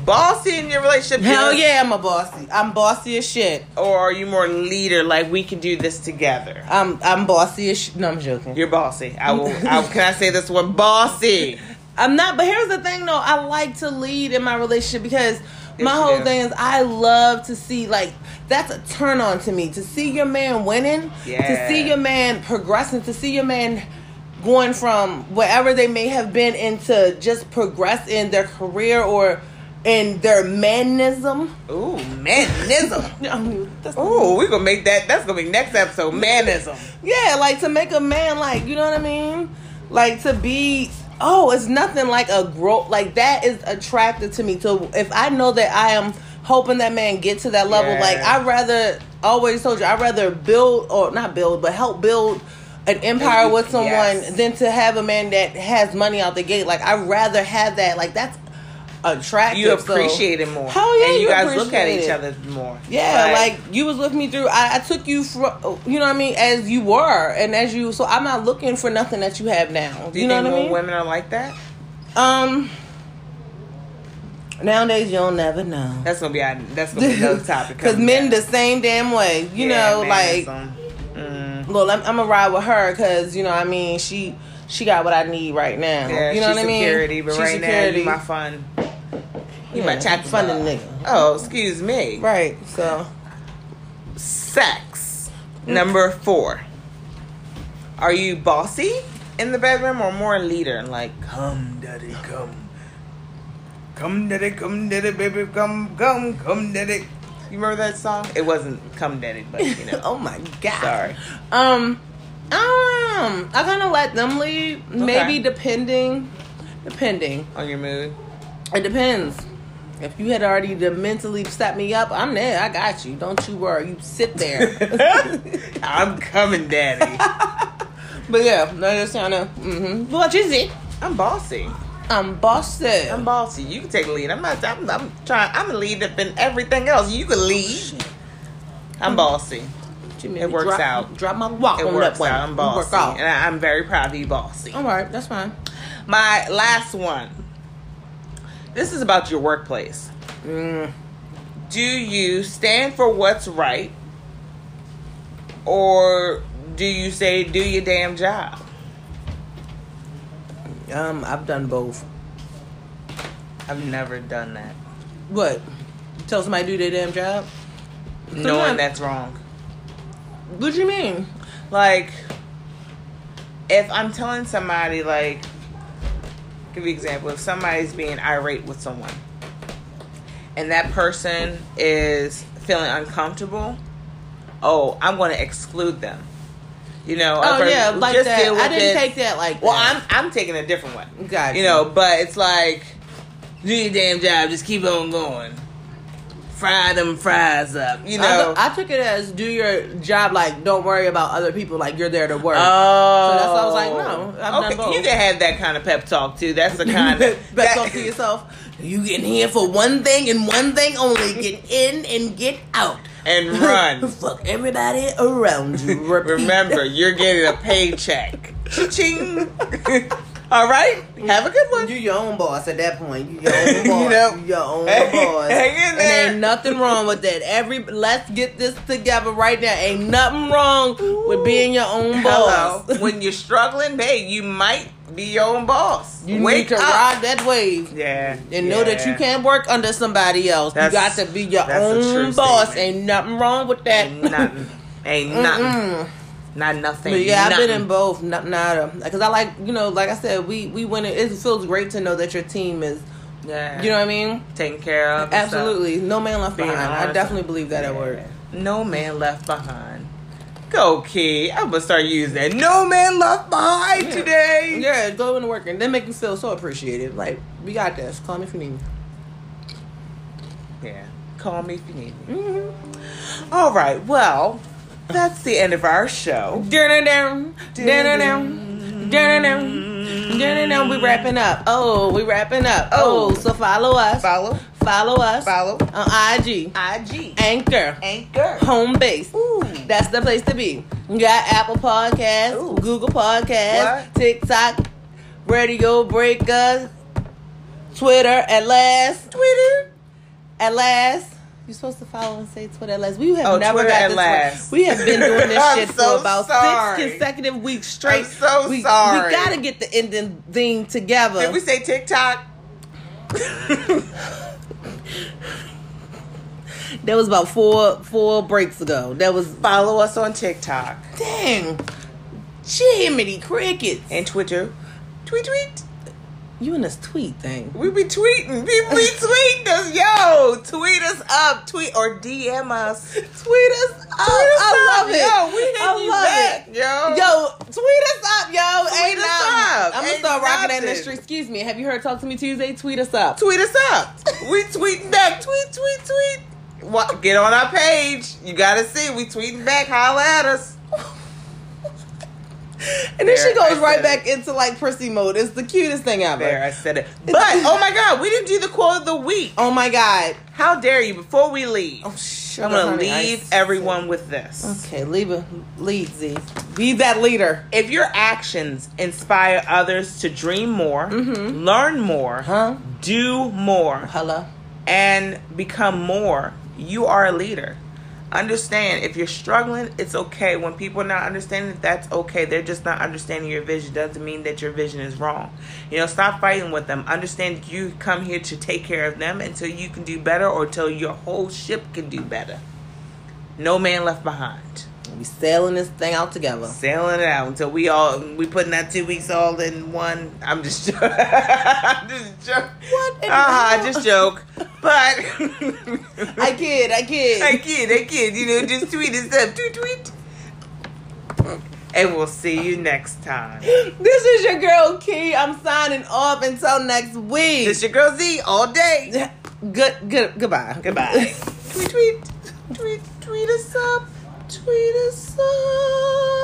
[SPEAKER 2] bossy in your relationship?
[SPEAKER 3] Hell
[SPEAKER 2] Yes.
[SPEAKER 3] yeah, I'm a bossy. I'm bossy as shit.
[SPEAKER 2] Or are you more leader? Like we can do this together.
[SPEAKER 3] I'm I'm bossy as sh- No, I'm joking.
[SPEAKER 2] You're bossy. I will. I, can I say this one? Bossy.
[SPEAKER 3] I'm not. But here's the thing, though. I like to lead in my relationship because my
[SPEAKER 2] Yes, you
[SPEAKER 3] whole
[SPEAKER 2] do.
[SPEAKER 3] thing is I love to see like that's a turn on to me to see your man winning, to
[SPEAKER 2] Yeah.
[SPEAKER 3] see your man progressing, to see your man going from wherever they may have been into just progress in their career or in their manism.
[SPEAKER 2] Ooh, manism.
[SPEAKER 3] [laughs] No, that's not-
[SPEAKER 2] Ooh, we're gonna make that. That's gonna be next episode. Manism.
[SPEAKER 3] Yeah, like to make a man like you know what I mean, like to be. Oh, it's nothing like a growth like that is attractive to me. So if I know that I am hoping that man get to that level,
[SPEAKER 2] Yeah.
[SPEAKER 3] like I rather always told you, I rather build or not build, but help build an empire with someone
[SPEAKER 2] Yes.
[SPEAKER 3] than to have a man that has money out the gate. Like I rather have that. Like that's attractive.
[SPEAKER 2] You
[SPEAKER 3] So-
[SPEAKER 2] appreciate it more.
[SPEAKER 3] Hell yeah,
[SPEAKER 2] And you,
[SPEAKER 3] you
[SPEAKER 2] guys look at
[SPEAKER 3] appreciate
[SPEAKER 2] each
[SPEAKER 3] it.
[SPEAKER 2] other more.
[SPEAKER 3] Yeah, like, you was with me through. I, I took you from, you know what I mean, as you were and as you. So I'm not looking for nothing that you have now.
[SPEAKER 2] do
[SPEAKER 3] you know
[SPEAKER 2] think
[SPEAKER 3] what I
[SPEAKER 2] more
[SPEAKER 3] mean?
[SPEAKER 2] women are like that?
[SPEAKER 3] Um. Nowadays, you'll never know.
[SPEAKER 2] That's gonna be our, that's gonna be
[SPEAKER 3] [laughs]
[SPEAKER 2] another topic.
[SPEAKER 3] Because
[SPEAKER 2] coming
[SPEAKER 3] men
[SPEAKER 2] back.
[SPEAKER 3] the same damn way. You
[SPEAKER 2] Yeah,
[SPEAKER 3] know, like,
[SPEAKER 2] manism. Mm,
[SPEAKER 3] look, I'm, I'm gonna ride with her because you know, I mean, she she got what I need right now.
[SPEAKER 2] yeah,
[SPEAKER 3] you know
[SPEAKER 2] she's
[SPEAKER 3] what I mean?
[SPEAKER 2] security, but
[SPEAKER 3] She's
[SPEAKER 2] right
[SPEAKER 3] security.
[SPEAKER 2] now you my fun. You
[SPEAKER 3] Yeah,
[SPEAKER 2] my chat
[SPEAKER 3] funding nigga.
[SPEAKER 2] Oh, excuse me.
[SPEAKER 3] right. So
[SPEAKER 2] Sex number four. Are you bossy in the bedroom or more leader? Like come, daddy, come, come, daddy, come, daddy, baby, come, come, come, daddy. You remember that song? It wasn't "Come Daddy," but you know.
[SPEAKER 3] [laughs] oh my god.
[SPEAKER 2] Sorry.
[SPEAKER 3] Um, um, I kind of let them lead. Maybe
[SPEAKER 2] Okay.
[SPEAKER 3] depending, depending.
[SPEAKER 2] On your mood.
[SPEAKER 3] It depends. If you had already to mentally set me up, I'm there. I got you. Don't you worry. You sit
[SPEAKER 2] [laughs]
[SPEAKER 3] there.
[SPEAKER 2] I'm coming, daddy.
[SPEAKER 3] but yeah, no, just kind of. Mm-hmm. What you see?
[SPEAKER 2] I'm bossy.
[SPEAKER 3] I'm bossy.
[SPEAKER 2] I'm bossy. You can take lead. I'm not. I'm, I'm trying. I'm a lead up in everything else. You can lead. I'm bossy.
[SPEAKER 3] You made
[SPEAKER 2] it
[SPEAKER 3] me
[SPEAKER 2] works
[SPEAKER 3] drop,
[SPEAKER 2] out.
[SPEAKER 3] Drop my walk
[SPEAKER 2] It
[SPEAKER 3] on
[SPEAKER 2] works
[SPEAKER 3] that way.
[SPEAKER 2] out. I'm
[SPEAKER 3] You
[SPEAKER 2] bossy,
[SPEAKER 3] Work out.
[SPEAKER 2] and I, I'm very proud to be bossy.
[SPEAKER 3] All right, that's fine.
[SPEAKER 2] My last one. This is about your workplace.
[SPEAKER 3] Mm.
[SPEAKER 2] Do you stand for what's right, or do you say do your damn job?
[SPEAKER 3] Um, I've done both.
[SPEAKER 2] I've never done that.
[SPEAKER 3] What? Tell somebody to do their damn job.
[SPEAKER 2] Knowing that's wrong.
[SPEAKER 3] What you mean?
[SPEAKER 2] like if i'm telling somebody like give you an example if somebody's being irate with someone and that person is feeling uncomfortable oh i'm going to exclude them you know a
[SPEAKER 3] Oh
[SPEAKER 2] person-
[SPEAKER 3] yeah, like
[SPEAKER 2] just
[SPEAKER 3] that.
[SPEAKER 2] deal with
[SPEAKER 3] I didn't
[SPEAKER 2] it.
[SPEAKER 3] take that like.
[SPEAKER 2] well
[SPEAKER 3] that.
[SPEAKER 2] i'm i'm taking a different one
[SPEAKER 3] Gotcha.
[SPEAKER 2] you know but it's like do your damn job just keep on going fry them fries up you know
[SPEAKER 3] I, I took it as do your job, like don't worry about other people, like you're there to work. [laughs]
[SPEAKER 2] Oh,
[SPEAKER 3] So that's why I was like, no, I've done
[SPEAKER 2] okay,
[SPEAKER 3] both.
[SPEAKER 2] you can have that kind of pep talk too. That's the kind of
[SPEAKER 3] [laughs] Back
[SPEAKER 2] that-
[SPEAKER 3] up to yourself. You get in here for one thing and one thing only. Get in and get out.
[SPEAKER 2] and run.
[SPEAKER 3] [laughs] Fuck everybody around you. Repeat.
[SPEAKER 2] [laughs] Remember, you're getting a paycheck. Ching. [laughs] All right, have a good one.
[SPEAKER 3] You your own boss at that point.
[SPEAKER 2] [laughs]
[SPEAKER 3] You your own boss.
[SPEAKER 2] You know?
[SPEAKER 3] You your own
[SPEAKER 2] Hang-
[SPEAKER 3] boss.
[SPEAKER 2] hang in
[SPEAKER 3] And
[SPEAKER 2] there.
[SPEAKER 3] ain't nothing wrong with that. Every let's get this together right now. Ain't nothing wrong with being your own
[SPEAKER 2] Hello.
[SPEAKER 3] boss.
[SPEAKER 2] when you're struggling, hey, you might be your own boss.
[SPEAKER 3] You
[SPEAKER 2] Wake
[SPEAKER 3] need to
[SPEAKER 2] up.
[SPEAKER 3] ride that wave.
[SPEAKER 2] Yeah,
[SPEAKER 3] And know that you
[SPEAKER 2] yeah.
[SPEAKER 3] can't work under somebody else.
[SPEAKER 2] That's-
[SPEAKER 3] you got to be your
[SPEAKER 2] that's a true
[SPEAKER 3] own boss.
[SPEAKER 2] statement.
[SPEAKER 3] Ain't nothing wrong with that.
[SPEAKER 2] Ain't nothing. Ain't nothing.
[SPEAKER 3] Mm-mm.
[SPEAKER 2] Not nothing.
[SPEAKER 3] [laughs] But yeah, I've been in
[SPEAKER 2] nothing.
[SPEAKER 3] both. Not nada. Because I like, you know, like I said, we we win it. It feels great to know that your team is,
[SPEAKER 2] Yeah,
[SPEAKER 3] you know what I mean?
[SPEAKER 2] taken care of. and stuff.
[SPEAKER 3] Absolutely, no man left
[SPEAKER 2] Being
[SPEAKER 3] behind. I
[SPEAKER 2] honest.
[SPEAKER 3] definitely believe that at work.
[SPEAKER 2] No man left behind. Go, Key. I'm gonna start using that. No man left behind today.
[SPEAKER 3] Yeah, go into work and then make you feel so appreciated. Like we got this. Call me if you need me.
[SPEAKER 2] Yeah. Call me if you need me.
[SPEAKER 3] Mm-hmm.
[SPEAKER 2] All right. Well, that's the end of our show.
[SPEAKER 3] Dun-dun-dun, dun-dun-dun, dun-dun-dun, dun-dun-dun. We wrapping up. Oh, we wrapping up. Oh,
[SPEAKER 2] Oh.
[SPEAKER 3] so follow us.
[SPEAKER 2] Follow,
[SPEAKER 3] Follow us
[SPEAKER 2] follow.
[SPEAKER 3] on IG,
[SPEAKER 2] IG
[SPEAKER 3] Anchor,
[SPEAKER 2] Anchor.
[SPEAKER 3] Home Base.
[SPEAKER 2] Ooh.
[SPEAKER 3] That's the place to be. You got Apple Podcasts,
[SPEAKER 2] Ooh.
[SPEAKER 3] Google Podcasts,
[SPEAKER 2] What?
[SPEAKER 3] TikTok, Radio Breaker, Twitter at last.
[SPEAKER 2] Twitter.
[SPEAKER 3] At last. You're supposed to follow and say Twitter at last. We have
[SPEAKER 2] Oh,
[SPEAKER 3] never
[SPEAKER 2] Twitter
[SPEAKER 3] got
[SPEAKER 2] at
[SPEAKER 3] this
[SPEAKER 2] last.
[SPEAKER 3] One. We have been doing this
[SPEAKER 2] [laughs] I'm
[SPEAKER 3] shit
[SPEAKER 2] so
[SPEAKER 3] for about
[SPEAKER 2] sorry.
[SPEAKER 3] six consecutive weeks straight.
[SPEAKER 2] I'm so
[SPEAKER 3] we,
[SPEAKER 2] sorry.
[SPEAKER 3] We gotta get the ending thing together.
[SPEAKER 2] Did we say TikTok?
[SPEAKER 3] that was about four four breaks ago. That was
[SPEAKER 2] Follow us on TikTok
[SPEAKER 3] dang. Jiminy crickets.
[SPEAKER 2] and Twitter. Tweet tweet.
[SPEAKER 3] You in this tweet thing.
[SPEAKER 2] We be tweeting. People
[SPEAKER 3] [laughs]
[SPEAKER 2] be tweeting us. Yo, tweet us up. Tweet or DM us. Tweet us
[SPEAKER 3] Tweet us up. I
[SPEAKER 2] up.
[SPEAKER 3] love it.
[SPEAKER 2] Yo, we hitting you back. Yo.
[SPEAKER 3] Yo, tweet us up, yo.
[SPEAKER 2] Tweet
[SPEAKER 3] Ain't
[SPEAKER 2] us
[SPEAKER 3] nothing.
[SPEAKER 2] up.
[SPEAKER 3] I'm gonna
[SPEAKER 2] Ain't
[SPEAKER 3] start rocking that in the
[SPEAKER 2] nothing.
[SPEAKER 3] street. Excuse me. Have you heard Talk to Me Tuesday? Tweet us up.
[SPEAKER 2] Tweet us up. We tweeting back. Tweet, tweet, tweet. What? Get on our page. You gotta see. We tweeting back. Holla at us.
[SPEAKER 3] And then she
[SPEAKER 2] There, I
[SPEAKER 3] goes right
[SPEAKER 2] said
[SPEAKER 3] back into like prissy mode. It's the cutest thing ever.
[SPEAKER 2] There, I said it. But oh my god, we didn't do the quote of the week.
[SPEAKER 3] Oh my god.
[SPEAKER 2] How dare you? Before we leave,
[SPEAKER 3] Oh shit.
[SPEAKER 2] I'm gonna leave everyone with this.
[SPEAKER 3] Okay, leave a lead Z. Be that leader.
[SPEAKER 2] If your actions inspire others to dream more, learn more,
[SPEAKER 3] Huh?
[SPEAKER 2] do more,
[SPEAKER 3] Hello.
[SPEAKER 2] and become more, you are a leader. Understand if you're struggling, it's okay. When people are not understanding, that's okay. They're just not understanding your vision. Doesn't mean that your vision is wrong. You know, stop fighting with them. Understand that you come here to take care of them until you can do better or till your whole ship can do better. No man left behind.
[SPEAKER 3] We sailing this thing out together.
[SPEAKER 2] Sailing it out until we all we putting that two weeks all in one. I'm just [laughs] joking. I'm just joking.
[SPEAKER 3] What in the
[SPEAKER 2] Uh-huh,
[SPEAKER 3] hell?
[SPEAKER 2] just joke. But [laughs]
[SPEAKER 3] I kid, I kid.
[SPEAKER 2] I kid, I kid. You know, just tweet us up. Tweet, tweet. And we'll see you next
[SPEAKER 3] [gasps]
[SPEAKER 2] time.
[SPEAKER 3] This is your girl Key. I'm signing off until next week.
[SPEAKER 2] It's your girl Z all day. [laughs]
[SPEAKER 3] good good goodbye.
[SPEAKER 2] Goodbye. tweet, tweet. Tweet, tweet us up. Tweet us up.